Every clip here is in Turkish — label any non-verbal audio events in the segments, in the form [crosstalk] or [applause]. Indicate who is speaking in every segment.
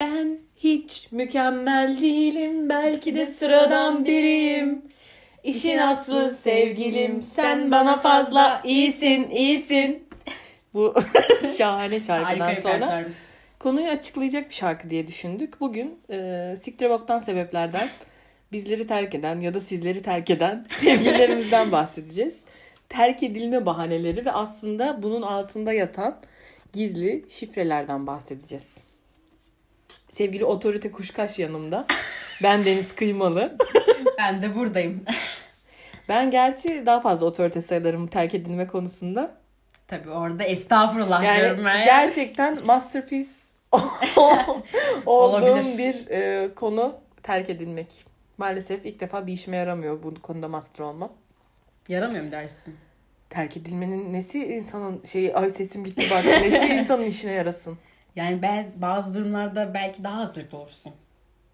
Speaker 1: Ben hiç mükemmel değilim belki de sıradan biriyim. İşin aslı sevgilim sen bana fazla iyisin iyisin. Bu [laughs] şahane şarkıdan sonra
Speaker 2: repertuarımız.
Speaker 1: konuyu açıklayacak bir şarkı diye düşündük. Bugün e, Siktir Boktan sebeplerden bizleri terk eden ya da sizleri terk eden [laughs] sevgililerimizden bahsedeceğiz. Terk edilme bahaneleri ve aslında bunun altında yatan gizli şifrelerden bahsedeceğiz. Sevgili otorite kuşkaş yanımda. Ben Deniz Kıymalı.
Speaker 2: Ben de buradayım. [laughs]
Speaker 1: Ben gerçi daha fazla otorite sayılarım terk edilme konusunda.
Speaker 2: Tabii orada estağfurullah diyorum ben.
Speaker 1: Yani
Speaker 2: ya.
Speaker 1: gerçekten masterpiece [laughs] olduğum
Speaker 2: Olabilir.
Speaker 1: bir e, konu terk edilmek. Maalesef ilk defa bir işime yaramıyor bu konuda master olmam.
Speaker 2: Yaramıyor mu dersin?
Speaker 1: Terk edilmenin nesi insanın şeyi ay sesim gitti
Speaker 2: [laughs]
Speaker 1: bak nesi insanın işine yarasın.
Speaker 2: Yani bazı, bazı durumlarda belki daha hazırlıklı olursun.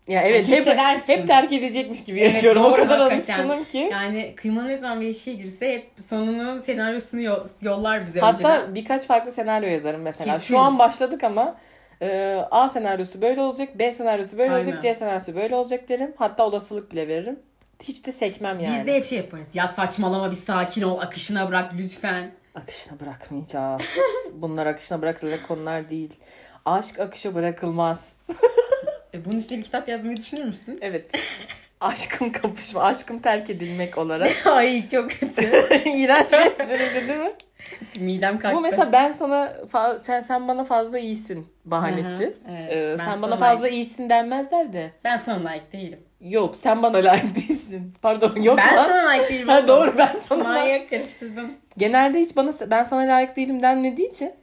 Speaker 1: Ya evet hep
Speaker 2: Hissedersin.
Speaker 1: hep terk edecekmiş gibi
Speaker 2: Evet,
Speaker 1: yaşıyorum. o
Speaker 2: doğru,
Speaker 1: kadar
Speaker 2: hakikaten.
Speaker 1: alışkınım ki.
Speaker 2: Yani kıyma ne zaman bir ilişkiye girse hep sonunun senaryosunu yo- yollar bize
Speaker 1: Hatta
Speaker 2: önceden.
Speaker 1: birkaç farklı senaryo yazarım mesela.
Speaker 2: Kesin.
Speaker 1: Şu an başladık ama e, A senaryosu böyle olacak, B senaryosu böyle
Speaker 2: Aynen.
Speaker 1: olacak, C senaryosu böyle olacak derim. Hatta olasılık bile veririm. Hiç de sekmem yani.
Speaker 2: Biz de hep şey yaparız. Ya saçmalama bir sakin ol akışına bırak lütfen.
Speaker 1: Akışına bırakmayacağız. [laughs] Bunlar akışına bırakılacak konular değil. Aşk akışa bırakılmaz.
Speaker 2: E, bunun üstüne bir kitap yazmayı düşünür müsün? [laughs]
Speaker 1: Evet. Aşkım kapışma, aşkım terk edilmek olarak. [laughs]
Speaker 2: Ay çok kötü.
Speaker 1: İğrenç bir espriydi değil mi?
Speaker 2: Midem kalktı.
Speaker 1: Bu mesela ben sana fa- sen sen bana fazla iyisin bahanesi.
Speaker 2: Aha, evet.
Speaker 1: Ee,
Speaker 2: Ben
Speaker 1: sen
Speaker 2: sana
Speaker 1: bana
Speaker 2: layık-
Speaker 1: fazla iyisin denmezler de.
Speaker 2: Ben sana layık değilim.
Speaker 1: Yok sen bana layık değilsin. [laughs] Pardon yok
Speaker 2: ben
Speaker 1: lan.
Speaker 2: sana layık değilim.
Speaker 1: Ha,
Speaker 2: oğlum.
Speaker 1: doğru ben sana layık.
Speaker 2: Manyak karıştırdım.
Speaker 1: Genelde hiç bana ben sana layık değilim denmediği için.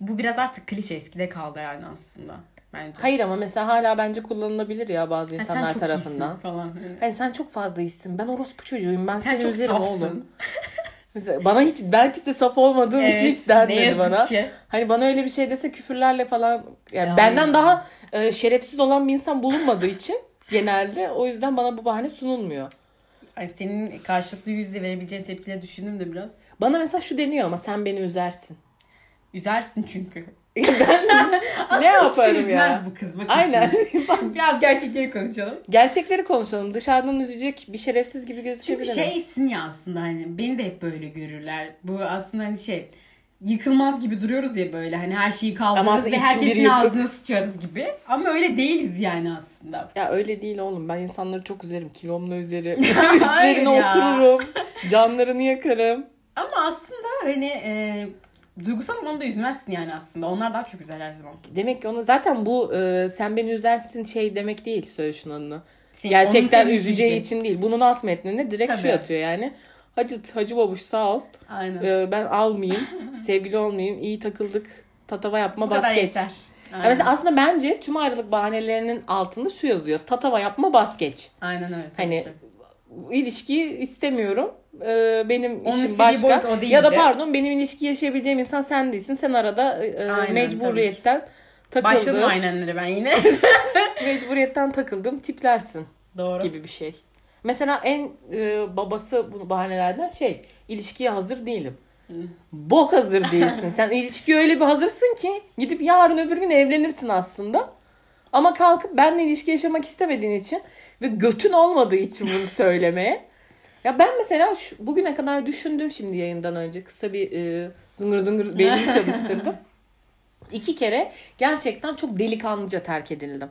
Speaker 2: Bu biraz artık klişe eskide kaldı herhalde aslında. Bence.
Speaker 1: Hayır ama mesela hala bence kullanılabilir ya bazı
Speaker 2: Ha,
Speaker 1: insanlar tarafından.
Speaker 2: iyisin falan. Hani
Speaker 1: Hani sen çok fazla iyisin. Ben orospu çocuğuyum. Ben
Speaker 2: Sen
Speaker 1: seni
Speaker 2: çok
Speaker 1: üzerim
Speaker 2: safsın.
Speaker 1: oğlum. Mesela bana hiç belki de saf olmadığım için hiç denmedi
Speaker 2: ne yazık
Speaker 1: bana.
Speaker 2: ki.
Speaker 1: Hani bana öyle bir şey dese küfürlerle falan yani
Speaker 2: Ya.
Speaker 1: benden daha e, şerefsiz olan bir insan bulunmadığı için genelde o yüzden bana bu bahane sunulmuyor.
Speaker 2: Ay, senin karşılıklı yüzle verebileceğin tepkileri düşündüm de biraz.
Speaker 1: Bana mesela şu deniyor ama sen beni üzersin.
Speaker 2: Üzersin
Speaker 1: [laughs]
Speaker 2: çünkü.
Speaker 1: ne
Speaker 2: Hiç de
Speaker 1: yaparım
Speaker 2: üzmez
Speaker 1: ya?
Speaker 2: bu kız bakın
Speaker 1: Aynen. [laughs]
Speaker 2: şimdi. [laughs] Biraz gerçekleri konuşalım.
Speaker 1: Gerçekleri konuşalım. Dışarıdan üzecek bir şerefsiz gibi
Speaker 2: Çünkü şey-
Speaker 1: gözükebilirim.
Speaker 2: şeysin ya aslında hani beni de hep böyle görürler. Bu aslında hani şey yıkılmaz gibi duruyoruz ya böyle hani her şeyi
Speaker 1: Ama
Speaker 2: kaldırırız
Speaker 1: aslında
Speaker 2: ve
Speaker 1: içim bir
Speaker 2: herkesin
Speaker 1: yıkık.
Speaker 2: ağzına sıçarız gibi. Ama öyle değiliz yani aslında.
Speaker 1: Ya öyle değil oğlum. Ben insanları çok üzerim. Kilomla üzerim.
Speaker 2: [laughs] Hayır
Speaker 1: Üzerine
Speaker 2: ya.
Speaker 1: otururum. Canlarını yakarım.
Speaker 2: Ama aslında hani e, duygusal anlamda üzmezsin yani aslında. Onlar daha çok üzer her zaman.
Speaker 1: Demek ki onu zaten bu e, sen beni üzersin şey demek değil söyleşin onu.
Speaker 2: Senin-
Speaker 1: Gerçekten
Speaker 2: onun seni
Speaker 1: üzeceği
Speaker 2: üzeceği.
Speaker 1: için değil. Bunun alt metninde direkt şu
Speaker 2: E, Tabii.
Speaker 1: yatıyor yani. Hacı Hacı babuş sağ ol.
Speaker 2: Aynen.
Speaker 1: E, ben
Speaker 2: [laughs]
Speaker 1: almayayım. sevgili olmayayım. iyi takıldık. Tatava yapma
Speaker 2: Bu
Speaker 1: bas
Speaker 2: kadar
Speaker 1: geç.
Speaker 2: yeter.
Speaker 1: Ya
Speaker 2: Aynen.
Speaker 1: mesela aslında bence tüm ayrılık bahanelerinin altında şu yazıyor. Tatava yapma bas geç.
Speaker 2: Aynen öyle. tabii
Speaker 1: Hani
Speaker 2: ki.
Speaker 1: Bu ilişkiyi istemiyorum. E, benim
Speaker 2: Onun
Speaker 1: işim
Speaker 2: istediği
Speaker 1: başka.
Speaker 2: boyut o değildi.
Speaker 1: ya da pardon benim ilişki yaşayabileceğim insan sen değilsin. Sen arada e,
Speaker 2: Aynen, tabii.
Speaker 1: mecburiyetten
Speaker 2: Başladım
Speaker 1: takıldın.
Speaker 2: aynenlere ben
Speaker 1: [laughs]
Speaker 2: yine.
Speaker 1: mecburiyetten takıldım tiplersin
Speaker 2: Doğru. E,
Speaker 1: gibi bir şey. Mesela en e, babası bu bahanelerden şey ilişkiye hazır değilim. Bok hazır değilsin. Sen ilişkiye öyle bir hazırsın ki gidip yarın öbür gün evlenirsin aslında. Ama kalkıp benle ilişki yaşamak istemediğin için ve götün olmadığı için bunu söylemeye. Ya ben mesela şu, bugüne kadar düşündüm şimdi yayından önce. Kısa bir e, zıngır zıngır beynimi çalıştırdım. İki kere gerçekten çok delikanlıca terk edildim.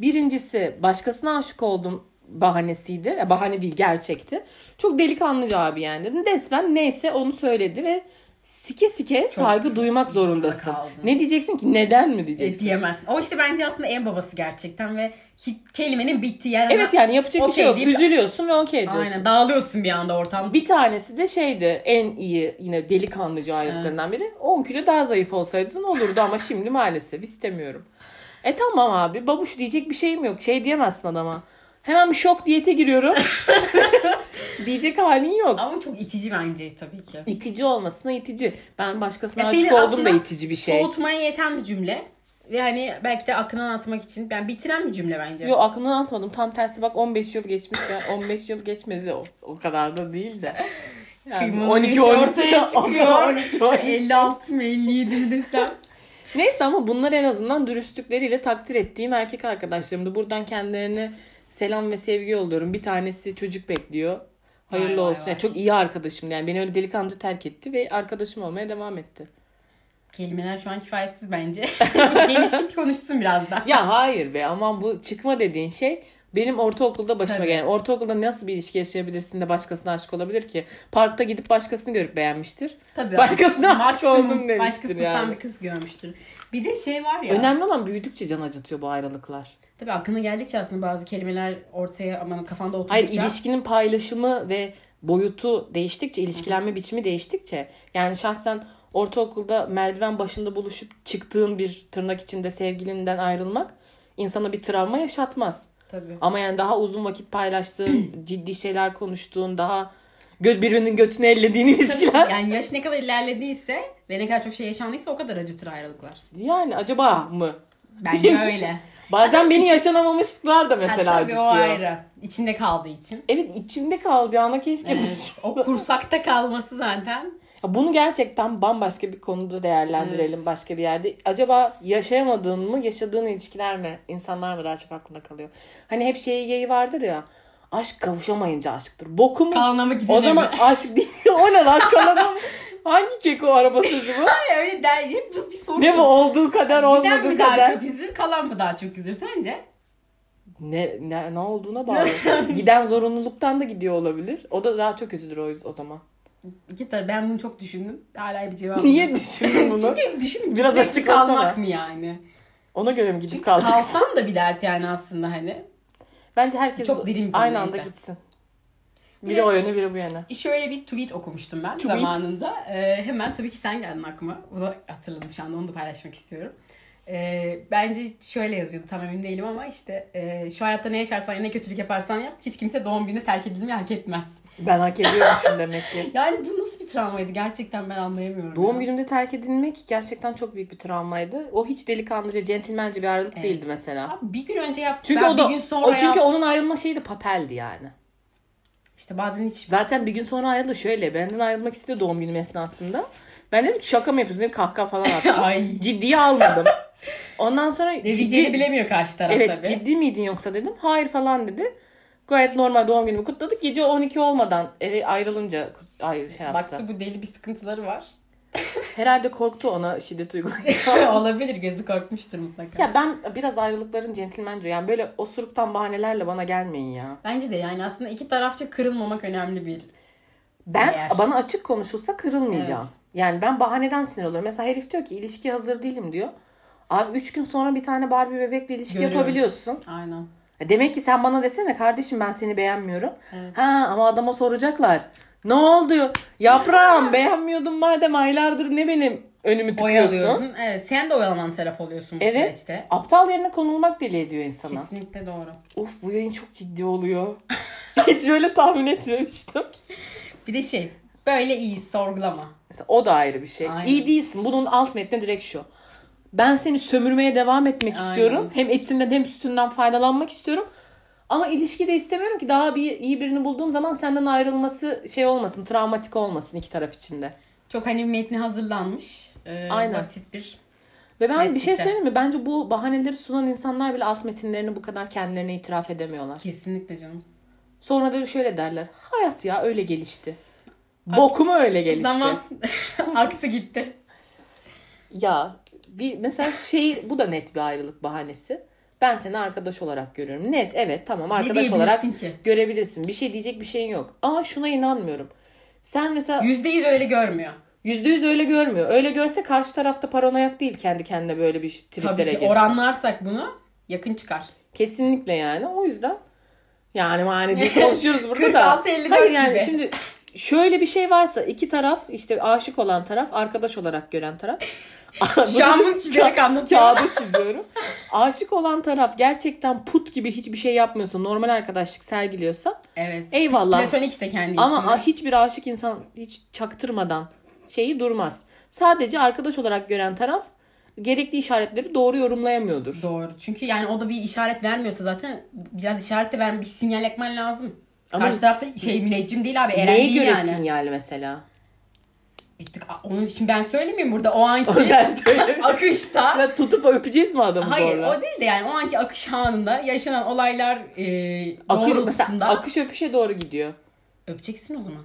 Speaker 1: Birincisi başkasına aşık oldum bahanesiydi. Ya, bahane değil gerçekti. Çok delikanlıca abi yani. Dedim Resmen neyse onu söyledi ve sike sike saygı duymak zorundasın.
Speaker 2: kaldın.
Speaker 1: Ne diyeceksin ki? Neden mi
Speaker 2: E,
Speaker 1: diyeceksin?
Speaker 2: diyemezsin. O işte bence aslında en babası gerçekten ve hiç kelimenin bittiği yer.
Speaker 1: Evet yani yapacak bir şey
Speaker 2: Okey
Speaker 1: yok.
Speaker 2: deyip-
Speaker 1: Üzülüyorsun ve okey diyorsun.
Speaker 2: Aynen dağılıyorsun bir anda ortam.
Speaker 1: Bir tanesi de şeydi en iyi yine delikanlıca ayrılıklarından biri. 10 kilo daha zayıf olsaydın olurdu ama şimdi maalesef istemiyorum. E tamam abi babuş diyecek bir şeyim yok. Şey diyemezsin adama. Hemen bir şok diyete
Speaker 2: [laughs]
Speaker 1: giriyorum. diyecek halin yok.
Speaker 2: Ama çok itici bence tabii ki.
Speaker 1: İtici olmasına itici. Ben başkasına
Speaker 2: Ya
Speaker 1: aşık
Speaker 2: senin
Speaker 1: oldum da
Speaker 2: aslında
Speaker 1: itici bir şey.
Speaker 2: Soğutmaya yeten bir cümle. Ve hani belki de aklından atmak için yani bitiren bir cümle bence.
Speaker 1: Yo aklımdan atmadım. Tam tersi bak 15 yıl geçmiş. Ben 15 yıl geçmedi de o, o kadar da değil de. Yani
Speaker 2: Kıymanın
Speaker 1: 12
Speaker 2: yaşı
Speaker 1: [laughs] 13
Speaker 2: ortaya şey çıkıyor.
Speaker 1: 12 13.
Speaker 2: 56 mı 57 mi desem.
Speaker 1: Neyse ama bunlar en azından dürüstlükleriyle takdir ettiğim erkek arkadaşlarım da buradan kendilerine selam ve sevgi yolluyorum. Bir tanesi çocuk bekliyor. Hayırlı
Speaker 2: Vay vay
Speaker 1: olsun. Yani
Speaker 2: vay.
Speaker 1: çok iyi arkadaşım yani. Beni öyle delikanlıca terk etti ve arkadaşım olmaya devam etti.
Speaker 2: Kelimeler şu an
Speaker 1: [laughs]
Speaker 2: kifayetsiz bence. Genişlik konuşsun biraz daha.
Speaker 1: Ya hayır be aman bu çıkma dediğin şey benim ortaokulda başıma
Speaker 2: Tabii.
Speaker 1: gelen. Ortaokulda nasıl bir ilişki yaşayabilirsin de başkasına aşık olabilir ki? Parkta gidip başkasını görüp beğenmiştir.
Speaker 2: Tabii.
Speaker 1: Başkasına aşık
Speaker 2: Marks'ın
Speaker 1: oldum demiştir
Speaker 2: Başka sınıftan
Speaker 1: yani.
Speaker 2: bir kız görmüştür. Bir de şey var ya.
Speaker 1: Önemli olan büyüdükçe can acıtıyor bu ayrılıklar.
Speaker 2: Tabii aklına geldikçe aslında bazı kelimeler ortaya aman kafanda
Speaker 1: Hayır
Speaker 2: oturacak.
Speaker 1: ilişkinin paylaşımı ve boyutu değiştikçe, ilişkilenme biçimi değiştikçe yani şahsen ortaokulda merdiven başında buluşup çıktığın bir tırnak içinde sevgilinden ayrılmak insana bir travma yaşatmaz.
Speaker 2: Tabii.
Speaker 1: Ama yani daha uzun vakit
Speaker 2: [clears throat]
Speaker 1: paylaştığın, ciddi şeyler konuştuğun, daha gö- birbirinin götünü ellediğin ilişkiler. [laughs] Yani,
Speaker 2: Yani yaş ne kadar ilerlediyse ve ne kadar çok şey yaşandıysa o kadar
Speaker 1: [laughs]
Speaker 2: acıtır ayrılıklar.
Speaker 1: acaba mı?
Speaker 2: Bence öyle.
Speaker 1: Bazen beni yaşanamamışlar da mesela
Speaker 2: Hatta bir o
Speaker 1: acıtıyor.
Speaker 2: ayrı. İçinde kaldığı için.
Speaker 1: Evet içimde kalacağına keşke
Speaker 2: Evet, o kursakta kalması zaten.
Speaker 1: Ya Bunu gerçekten bambaşka bir konuda değerlendirelim başka bir yerde. Acaba yaşayamadığın mı, yaşadığın ilişkiler mi, insanlar mı daha çok aklında kalıyor? Hani hep şeyi yayı vardır ya. Aşk kavuşamayınca aşktır. Boku mu?
Speaker 2: Kalana mı gidene
Speaker 1: o zaman
Speaker 2: mi?
Speaker 1: aşk değil. [laughs] o ne lan kalana mı? Hangi keko araba sözü bu?
Speaker 2: Hayır öyle der. Hep bu bir soru.
Speaker 1: ne bu olduğu kadar
Speaker 2: Giden
Speaker 1: olmadığı
Speaker 2: mi daha
Speaker 1: kadar.
Speaker 2: çok üzülür, kalan mı daha çok üzülür sence?
Speaker 1: Ne, ne, ne olduğuna
Speaker 2: [laughs]
Speaker 1: bağlı. Giden zorunluluktan da gidiyor olabilir. O da daha çok üzülür o, yüz- o zaman.
Speaker 2: İki tarafı ben bunu çok düşündüm. Hala bir cevap
Speaker 1: Niye düşündün bunu?
Speaker 2: [laughs] Çünkü hep düşündüm.
Speaker 1: Biraz
Speaker 2: gitmek mi,
Speaker 1: açıklasana.
Speaker 2: kalmak mı yani?
Speaker 1: Ona göre mi gidip kalacaksın?
Speaker 2: Kalsam da bir dert yani aslında hani.
Speaker 1: Bence herkes
Speaker 2: Çok derin bir konu
Speaker 1: aynı anda
Speaker 2: neyse.
Speaker 1: gitsin.
Speaker 2: Bir
Speaker 1: Biri
Speaker 2: de-
Speaker 1: o yöne biri bu yöne.
Speaker 2: Şöyle bir tweet okumuştum ben
Speaker 1: Tweet.
Speaker 2: zamanında. Ee, hemen tabii ki sen geldin aklıma. Bunu hatırladım şu anda onu da paylaşmak istiyorum. Ee, bence şöyle yazıyordu tam emin değilim ama işte e, şu hayatta ne yaşarsan ya ne kötülük yaparsan yap hiç kimse doğum günü terk edilmeyi hak etmez.
Speaker 1: Ben hak ediyormuşum demek ki. [laughs]
Speaker 2: Yani bu nasıl bir travmaydı gerçekten ben anlayamıyorum.
Speaker 1: Doğum
Speaker 2: ya.
Speaker 1: günümde terk edilmek gerçekten çok büyük bir travmaydı. O hiç delikanlıca, centilmence bir ayrılık
Speaker 2: Evet.
Speaker 1: değildi mesela.
Speaker 2: Abi bir gün önce yaptım.
Speaker 1: Çünkü
Speaker 2: ben
Speaker 1: o da
Speaker 2: bir gün sonra
Speaker 1: o çünkü
Speaker 2: yap-
Speaker 1: onun ayrılma şeyi de papeldi yani.
Speaker 2: İşte bazen hiç
Speaker 1: Zaten bir gün sonra ayrıldı şöyle. Benden ayrılmak istedi doğum günüm esnasında. Ben dedim ki şaka mı yapıyorsun dedim kahkaha falan [laughs] attım.
Speaker 2: Ay.
Speaker 1: Ciddiye almadım. Ondan sonra
Speaker 2: ne diyeceğini bilemiyor karşı taraf
Speaker 1: Evet
Speaker 2: tabii.
Speaker 1: ciddi miydin yoksa dedim. Hayır falan dedi. Gayet normal doğum günümü kutladık. Gece 12 olmadan eve ayrılınca kut- ayrı şey yaptı.
Speaker 2: Baktı bu deli bir sıkıntıları var.
Speaker 1: [laughs] Herhalde korktu ona şiddet uygulayacak.
Speaker 2: Olabilir gözü korkmuştur
Speaker 1: [laughs]
Speaker 2: mutlaka.
Speaker 1: ya ben biraz ayrılıkların centilmence yani böyle osuruktan bahanelerle bana gelmeyin ya.
Speaker 2: Bence de yani aslında iki tarafça kırılmamak önemli bir.
Speaker 1: Ben
Speaker 2: Eğer-
Speaker 1: bana açık konuşulsa kırılmayacağım.
Speaker 2: Evet.
Speaker 1: Yani ben bahaneden sinir oluyorum. Mesela herif diyor ki ilişkiye hazır değilim diyor. Abi 3 gün sonra bir tane Barbie bebekle ilişki
Speaker 2: Görüyoruz.
Speaker 1: yapabiliyorsun.
Speaker 2: Aynen.
Speaker 1: Demek ki sen bana desene kardeşim ben seni beğenmiyorum.
Speaker 2: Evet.
Speaker 1: Ha ama adama soracaklar. Ne oldu? Yaprağım beğenmiyordun madem aylardır ne benim önümü tıkıyorsun.
Speaker 2: Oyalıyorsun. Evet sen de oyalanan taraf oluyorsun bu
Speaker 1: Evet.
Speaker 2: süreçte.
Speaker 1: Aptal yerine konulmak deli ediyor insana.
Speaker 2: Kesinlikle doğru.
Speaker 1: Of bu yayın çok ciddi oluyor. [laughs] Hiç öyle tahmin etmemiştim.
Speaker 2: Bir de şey böyle iyi sorgulama.
Speaker 1: Mesela o da ayrı bir şey.
Speaker 2: Aynen.
Speaker 1: İyi değilsin. Bunun alt metni direkt şu. Ben seni sömürmeye devam etmek
Speaker 2: Aynen.
Speaker 1: istiyorum. Hem etinden hem sütünden faydalanmak istiyorum. Ama ilişkide istemiyorum ki daha bir iyi birini bulduğum zaman senden ayrılması şey olmasın, travmatik olmasın iki taraf içinde.
Speaker 2: Çok hani metni hazırlanmış. Ee,
Speaker 1: Aynen.
Speaker 2: Basit bir.
Speaker 1: Ve ben bir şey
Speaker 2: Netlikte.
Speaker 1: söyleyeyim mi? Bence bu bahaneleri sunan insanlar bile alt metinlerini bu kadar kendilerine itiraf edemiyorlar.
Speaker 2: Kesinlikle canım.
Speaker 1: Sonra da şöyle derler. Hayat ya öyle gelişti. Bokumu öyle gelişti.
Speaker 2: Zaman [laughs] aktı gitti.
Speaker 1: Ya bir mesela şey bu da net bir ayrılık bahanesi. Ben seni arkadaş olarak görüyorum. Net evet tamam arkadaş
Speaker 2: diyebilirsin
Speaker 1: olarak
Speaker 2: ki?
Speaker 1: görebilirsin. Bir şey diyecek bir şeyin yok. Aa şuna inanmıyorum. Sen mesela
Speaker 2: Yüzde yüz öyle görmüyor.
Speaker 1: yüzde yüz öyle görmüyor. Öyle görse karşı tarafta paranoyak değil kendi kendine böyle bir
Speaker 2: Tabii
Speaker 1: triplere
Speaker 2: ki
Speaker 1: girsin.
Speaker 2: oranlarsak bunu yakın çıkar.
Speaker 1: Kesinlikle yani. O yüzden yani mani
Speaker 2: [laughs]
Speaker 1: diye konuşuyoruz burada da.
Speaker 2: 46-54
Speaker 1: Hayır yani
Speaker 2: gibi.
Speaker 1: şimdi şöyle bir şey varsa iki taraf işte aşık olan taraf arkadaş olarak gören taraf.
Speaker 2: [laughs] Şu an bunu çizerek anlatıyorum.
Speaker 1: Kağıda çiziyorum. Aşık olan taraf gerçekten put gibi hiçbir şey yapmıyorsa, normal arkadaşlık sergiliyorsa
Speaker 2: Evet.
Speaker 1: eyvallah.
Speaker 2: Platonik ise kendi
Speaker 1: Ama
Speaker 2: içinde.
Speaker 1: a- hiçbir aşık insan hiç çaktırmadan şeyi durmaz. Sadece arkadaş olarak gören taraf gerekli işaretleri doğru yorumlayamıyordur.
Speaker 2: Doğru. Çünkü yani o da bir işaret vermiyorsa zaten biraz işaret de verme, bir sinyal ekmen lazım.
Speaker 1: Ama-
Speaker 2: Karşı tarafta şey müneccim değil abi. Eren
Speaker 1: Neye
Speaker 2: değil
Speaker 1: göre
Speaker 2: yani.
Speaker 1: sinyal mesela?
Speaker 2: Bittik. A- Onun için ben söylemeyeyim burada o anki
Speaker 1: ben söylemiyorum.
Speaker 2: [laughs] akışta.
Speaker 1: Ya tutup öpeceğiz mi adamı
Speaker 2: Hayır
Speaker 1: zorla?
Speaker 2: o değil de yani o anki akış anında yaşanan olaylar e,
Speaker 1: Akış,
Speaker 2: doğrultusunda.
Speaker 1: mesela akış öpüşe doğru gidiyor.
Speaker 2: Öpeceksin o
Speaker 1: [laughs]
Speaker 2: zaman.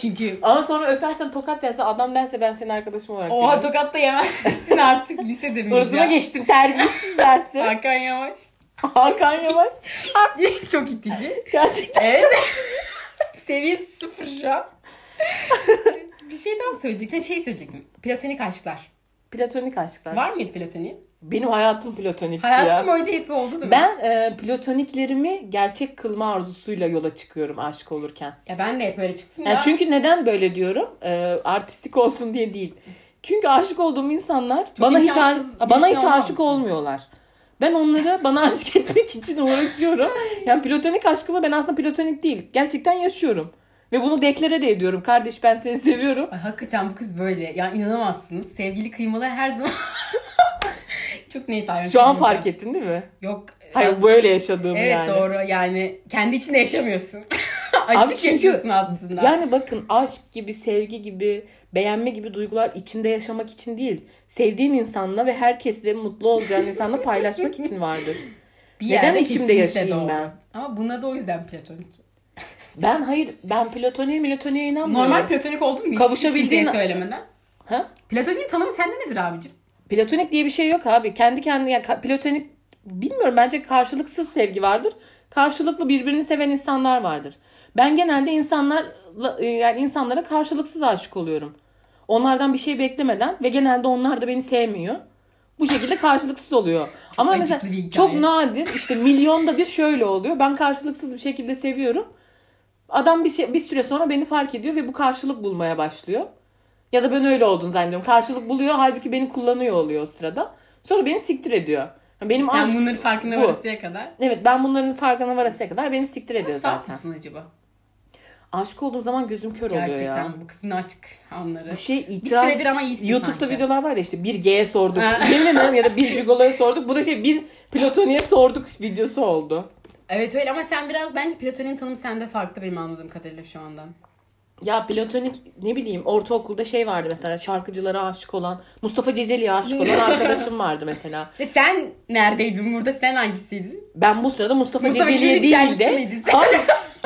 Speaker 2: Çünkü
Speaker 1: Ama sonra öpersen tokat yerse adam derse ben senin arkadaşım olarak
Speaker 2: oha
Speaker 1: görüyorum.
Speaker 2: tokat da yemezsin artık lisede miyiz
Speaker 1: Hırsıma
Speaker 2: ya?
Speaker 1: geçtin terbiyesiz
Speaker 2: [laughs]
Speaker 1: derse.
Speaker 2: Hakan Yavaş.
Speaker 1: Hakan Yavaş.
Speaker 2: Çok itici.
Speaker 1: Gerçekten.
Speaker 2: Evet.
Speaker 1: [laughs]
Speaker 2: Seviyesi sıfır şu an. [laughs] bir şey daha söyleyecektim. Şey söyleyecektim. Platonik aşklar.
Speaker 1: Platonik aşklar.
Speaker 2: Var mıydı platonik?
Speaker 1: Benim hayatım platonikti
Speaker 2: Hayatım
Speaker 1: ya.
Speaker 2: boyunca hep oldu değil mi?
Speaker 1: Ben e, platoniklerimi gerçek kılma arzusuyla yola çıkıyorum aşk olurken.
Speaker 2: Ya ben de hep öyle çıktım
Speaker 1: Yani
Speaker 2: ya.
Speaker 1: çünkü neden böyle diyorum? Ee, artistik olsun diye değil. Çünkü aşık olduğum insanlar bana hiç
Speaker 2: imkansız
Speaker 1: a- bana
Speaker 2: birisi
Speaker 1: hiç aşık
Speaker 2: olmamışsın.
Speaker 1: olmuyorlar. Ben onları bana [laughs] aşık etmek için uğraşıyorum. Yani platonik aşkımı ben aslında platonik değil. Gerçekten yaşıyorum. Ve bunu deklare de ediyorum. Kardeş ben seni seviyorum.
Speaker 2: Ay, hakikaten bu kız böyle. Ya inanamazsınız. Sevgili kıymalı her zaman. [laughs] Çok neyse ayrıntı
Speaker 1: Şu an
Speaker 2: bilmeyeceğim.
Speaker 1: fark ettin değil mi?
Speaker 2: Yok.
Speaker 1: Hayır
Speaker 2: aslında-
Speaker 1: böyle yaşadığım
Speaker 2: Evet
Speaker 1: yani.
Speaker 2: doğru yani kendi içinde yaşamıyorsun. [laughs] Açık
Speaker 1: çünkü-
Speaker 2: yaşıyorsun aslında.
Speaker 1: Yani bakın aşk gibi, sevgi gibi, beğenme gibi duygular içinde yaşamak için değil. Sevdiğin insanla ve herkesle mutlu olacağın insanla paylaşmak için
Speaker 2: [laughs]
Speaker 1: vardır.
Speaker 2: Bir
Speaker 1: neden
Speaker 2: yerde
Speaker 1: içimde
Speaker 2: kesinlikle
Speaker 1: yaşayayım
Speaker 2: doğru.
Speaker 1: ben?
Speaker 2: Ama buna da o yüzden platonik.
Speaker 1: Ben hayır ben platoniğe milotoniğe inanmıyorum.
Speaker 2: Normal platonik oldun mu hiç?
Speaker 1: Kavuşabildiğin-
Speaker 2: Hiç kimseye söylemeden.
Speaker 1: ha?
Speaker 2: Platoniğin tanımı sende nedir abicim?
Speaker 1: Platonik diye bir şey yok abi. Kendi kendine yani ka- platonik bilmiyorum bence karşılıksız sevgi vardır. Karşılıklı birbirini seven insanlar vardır. Ben genelde insanlar yani insanlara karşılıksız aşık oluyorum. Onlardan bir şey beklemeden ve genelde onlar da beni sevmiyor. Bu şekilde karşılıksız oluyor. Ama
Speaker 2: acıklı
Speaker 1: mesela
Speaker 2: bir hikaye.
Speaker 1: çok nadir işte milyonda bir şöyle oluyor. Ben karşılıksız bir şekilde seviyorum. Adam bir, şey, bir süre sonra beni fark ediyor ve bu karşılık bulmaya başlıyor. Ya da ben öyle olduğunu zannediyorum. Karşılık buluyor halbuki beni kullanıyor oluyor o sırada. Sonra beni siktir ediyor. Yani Benim
Speaker 2: Sen
Speaker 1: aşk...
Speaker 2: bunların farkına
Speaker 1: bu.
Speaker 2: varasıya kadar.
Speaker 1: Evet ben bunların farkına varasıya kadar beni siktir ediyor
Speaker 2: Saf
Speaker 1: zaten.
Speaker 2: mısın acaba?
Speaker 1: Aşık olduğum zaman gözüm kör oluyor
Speaker 2: Gerçekten
Speaker 1: ya.
Speaker 2: bu kızın aşk anları.
Speaker 1: Bu şey
Speaker 2: Bir
Speaker 1: itiraf...
Speaker 2: süredir ama iyisin
Speaker 1: YouTube'da
Speaker 2: sanki.
Speaker 1: videolar var ya işte bir G'ye sorduk.
Speaker 2: Ha.
Speaker 1: Yemin ederim ya da bir Jigolo'ya sorduk. Bu da şey bir Platoni'ye sorduk videosu oldu.
Speaker 2: Evet öyle ama sen biraz bence platonin tanımı sende farklı benim anladığım kadarıyla şu anda.
Speaker 1: Ya platonik ne bileyim ortaokulda şey vardı mesela şarkıcılara aşık olan Mustafa Ceceli'ye aşık olan arkadaşım vardı mesela.
Speaker 2: İşte sen neredeydin burada sen hangisiydin?
Speaker 1: Ben bu sırada Mustafa,
Speaker 2: Mustafa
Speaker 1: Ceceli
Speaker 2: Ceceli
Speaker 1: değil
Speaker 2: kendisi
Speaker 1: de
Speaker 2: miydi?
Speaker 1: [laughs] Hayır,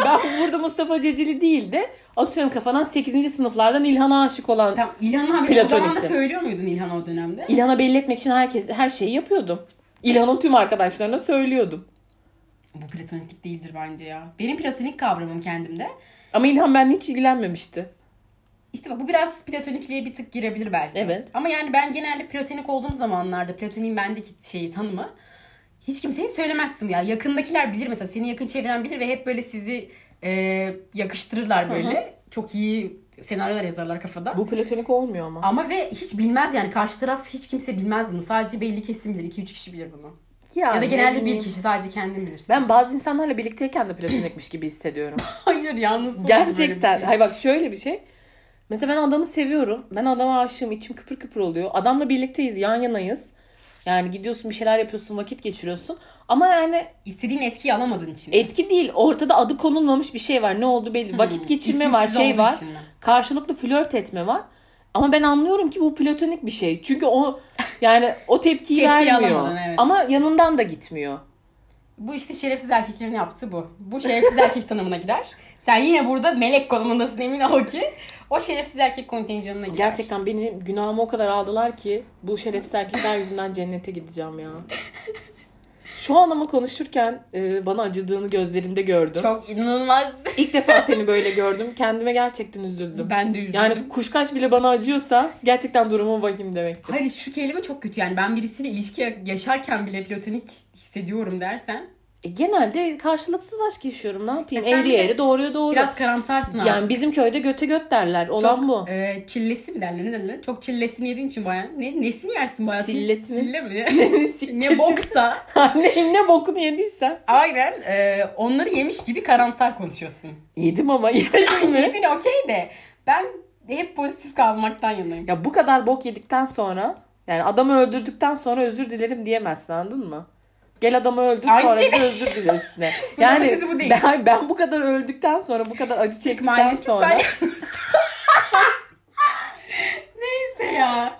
Speaker 1: ben burada Mustafa Ceceli değil de atıyorum kafadan 8. sınıflardan İlhan'a aşık olan
Speaker 2: Tamam İlhan abi o zaman da
Speaker 1: Platonikti.
Speaker 2: söylüyor muydun İlhan o dönemde?
Speaker 1: İlhan'a belli etmek için herkes her şeyi yapıyordum. İlhan'ın tüm arkadaşlarına söylüyordum.
Speaker 2: Bu platoniklik değildir bence ya. Benim platonik kavramım kendimde.
Speaker 1: Ama İlhan benimle hiç ilgilenmemişti.
Speaker 2: İşte bak bu biraz platonikliğe bir tık girebilir belki.
Speaker 1: Evet.
Speaker 2: Ama yani ben genelde platonik olduğum zamanlarda platoniğin bendeki şeyi tanımı hiç kimseye söylemezsin ya. Yakındakiler bilir mesela seni yakın çeviren bilir ve hep böyle sizi e, yakıştırırlar böyle. Çok iyi senaryolar yazarlar kafada.
Speaker 1: Bu platonik olmuyor ama.
Speaker 2: Ama ve hiç bilmez yani karşı taraf hiç kimse bilmez bunu. Sadece belli kesim bilir. 2-3 kişi bilir bunu. ya da genelde bir kişi sadece kendin bilirsin.
Speaker 1: Ben bazı insanlarla birlikteyken de platonikmiş gibi hissediyorum.
Speaker 2: [laughs] Hayır yalnız olur böyle
Speaker 1: Gerçekten.
Speaker 2: bir şey.
Speaker 1: Hayır bak şöyle bir şey. Mesela ben adamı seviyorum. Ben adama aşığım. içim küpür küpür oluyor. Adamla birlikteyiz. Yan yanayız. Yani gidiyorsun bir şeyler yapıyorsun. Vakit geçiriyorsun. Ama yani
Speaker 2: İstediğin etkiyi alamadığın için.
Speaker 1: etki değil. Ortada adı konulmamış bir şey var. Ne oldu belli. E, Vakit geçirme var.
Speaker 2: Hmm. İsimsiz
Speaker 1: Şey
Speaker 2: olduğu
Speaker 1: var.
Speaker 2: için mi?
Speaker 1: Karşılıklı flört etme var. Ama ben anlıyorum ki bu platonik bir şey. Çünkü o yani o tepkiyi
Speaker 2: Tepkiyi
Speaker 1: vermiyor.
Speaker 2: alamadın, evet.
Speaker 1: Ama yanından da gitmiyor.
Speaker 2: Bu işte şerefsiz erkeklerin yaptığı bu. Bu
Speaker 1: [laughs]
Speaker 2: şerefsiz erkek tanımına girer. Sen yine burada melek konumundasın emin ol ki. O şerefsiz erkek kontenjanına girer.
Speaker 1: Gerçekten benim günahımı o kadar aldılar ki bu şerefsiz erkekler yüzünden cennete gideceğim ya. Şu an ama konuşurken e, bana acıdığını gözlerinde gördüm.
Speaker 2: Çok inanılmaz.
Speaker 1: İlk defa seni böyle gördüm. Kendime gerçekten üzüldüm.
Speaker 2: Ben de üzüldüm.
Speaker 1: Yani kuşkaç bile bana acıyorsa gerçekten durumum vahim demektir.
Speaker 2: Hayır şu kelime çok kötü yani ben birisiyle ilişki yaşarken bile platonik hissediyorum dersen
Speaker 1: E, genelde karşılıksız aşk yaşıyorum. Ne yapayım?
Speaker 2: E, sen
Speaker 1: Eğri
Speaker 2: bir de
Speaker 1: eğri doğruya doğru.
Speaker 2: biraz karamsarsın artık.
Speaker 1: yani bizim köyde göte göt derler. Olan
Speaker 2: Çok,
Speaker 1: bu.
Speaker 2: E, çillesi mi derler ne derler? Çok çillesini yediğin için bayan. Ne, nesini yersin bayan?
Speaker 1: Sillesi mi? [laughs]
Speaker 2: Sille mi? e, ne boksa.
Speaker 1: Annem ne bokunu yediysen.
Speaker 2: Aynen e, onları yemiş gibi karamsar konuşuyorsun.
Speaker 1: Yedim ama [laughs] yemedim mi?
Speaker 2: Yedin okey de ben hep pozitif kalmaktan yanayım.
Speaker 1: Ya bu kadar bok yedikten sonra yani adamı öldürdükten sonra özür dilerim diyemezsin anladın mı? Gel adamı öldür
Speaker 2: Ay,
Speaker 1: sonra
Speaker 2: şey-
Speaker 1: bir özür dile
Speaker 2: [laughs]
Speaker 1: üstüne.
Speaker 2: Bu
Speaker 1: Yani
Speaker 2: atasözü bu değil.
Speaker 1: ben, ben bu
Speaker 2: [laughs]
Speaker 1: kadar öldükten sonra bu kadar acı çektikten
Speaker 2: Maalesef
Speaker 1: sonra
Speaker 2: sen-
Speaker 1: [laughs] ya,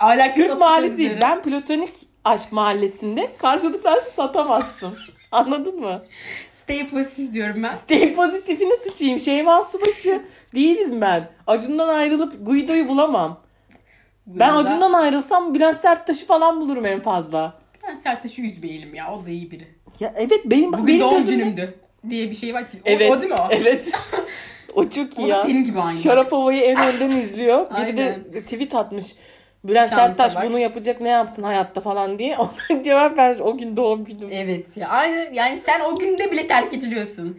Speaker 2: Ahlak
Speaker 1: Türk mahallesi değil. Ben platonik aşk mahallesinde karşılıklı aşk satamazsın. [laughs] Anladın mı?
Speaker 2: Stay positive diyorum ben.
Speaker 1: Steam pozitifini sıçayım. Şeyma Subaşı değiliz ben. Acun'dan ayrılıp Guido'yu bulamam. Ben
Speaker 2: Biraz
Speaker 1: Acun'dan ayrılsam Bülent Serttaş'ı falan bulurum en fazla.
Speaker 2: daha- Ben Sertaş'ı üzmeyelim ya. O da iyi biri.
Speaker 1: Ya evet benim
Speaker 2: Bugün
Speaker 1: benim
Speaker 2: doğum
Speaker 1: gözümde-
Speaker 2: günümdü diye bir şey var. O,
Speaker 1: Evet.
Speaker 2: o değil mi o?
Speaker 1: Evet. o çok iyi
Speaker 2: [laughs] O da
Speaker 1: ya.
Speaker 2: senin gibi aynı.
Speaker 1: Şarapova'yı en önden izliyor. Biri
Speaker 2: Aynen.
Speaker 1: de tweet atmış. Bülent
Speaker 2: Şansa
Speaker 1: Serttaş
Speaker 2: bak.
Speaker 1: bunu yapacak ne yaptın hayatta falan diye. [laughs] Ona cevap vermiş o gün doğum günüm. Evet.
Speaker 2: Evet ya. Aynı yani sen o günde bile terk ediliyorsun.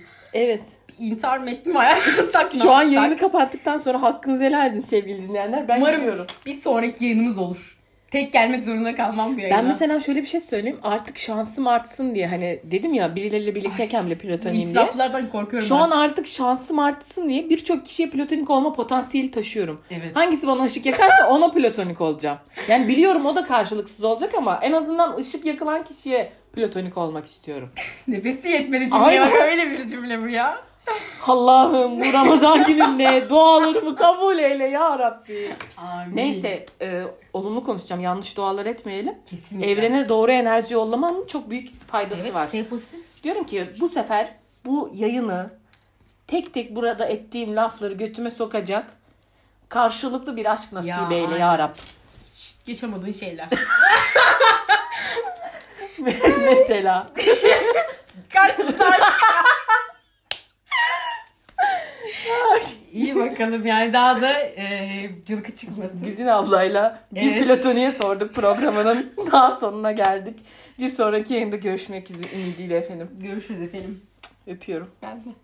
Speaker 2: İntihar metni mi [laughs] ayarlasak ne
Speaker 1: Şu an
Speaker 2: yapsak?
Speaker 1: yayını kapattıktan sonra hakkınızı helal edin sevgili dinleyenler. Ben
Speaker 2: Umarım
Speaker 1: gidiyorum.
Speaker 2: bir sonraki yayınımız olur. Tek gelmek zorunda kalmam bu yayına.
Speaker 1: Ben mesela şöyle bir şey söyleyeyim. Artık şansım artsın diye hani dedim ya birileriyle birlikteyken bile
Speaker 2: Bu
Speaker 1: platoniyim diye.
Speaker 2: itiraflardan korkuyorum
Speaker 1: Şu
Speaker 2: ben.
Speaker 1: an artık şansım artsın diye birçok kişiye platonik olma potansiyeli taşıyorum.
Speaker 2: Evet.
Speaker 1: Hangisi bana ışık yakarsa ona platonik olacağım. Yani biliyorum o da karşılıksız olacak ama en azından ışık yakılan kişiye platonik olmak istiyorum.
Speaker 2: [laughs] Nefesi yetmedi cümleye
Speaker 1: Aynen.
Speaker 2: bak öyle bir cümle bu ya.
Speaker 1: Allah'ım bu Ramazan [laughs] gününde dualarımı kabul eyle ya Rabbi.
Speaker 2: Amin.
Speaker 1: Neyse e, olumlu konuşacağım. Yanlış dualar etmeyelim.
Speaker 2: Kesinlikle.
Speaker 1: Evrene doğru enerji yollamanın çok büyük faydası
Speaker 2: evet,
Speaker 1: var.
Speaker 2: stay positive.
Speaker 1: Diyorum ki bu sefer bu yayını tek tek burada ettiğim lafları götüme sokacak karşılıklı bir aşk nasip
Speaker 2: Ya,
Speaker 1: eyle
Speaker 2: ay.
Speaker 1: ya Rab.
Speaker 2: Hiç Yaşamadığın şeyler.
Speaker 1: [laughs] Mesela.
Speaker 2: Karşılıklı İyi bakalım yani daha da e, cılkı çıkmasın.
Speaker 1: Güzin ablayla
Speaker 2: Evet.
Speaker 1: bir platoniye sorduk programının daha sonuna geldik. Bir sonraki yayında görüşmek üzere ümidiyle efendim.
Speaker 2: Görüşürüz efendim.
Speaker 1: Öpüyorum.
Speaker 2: Ben de.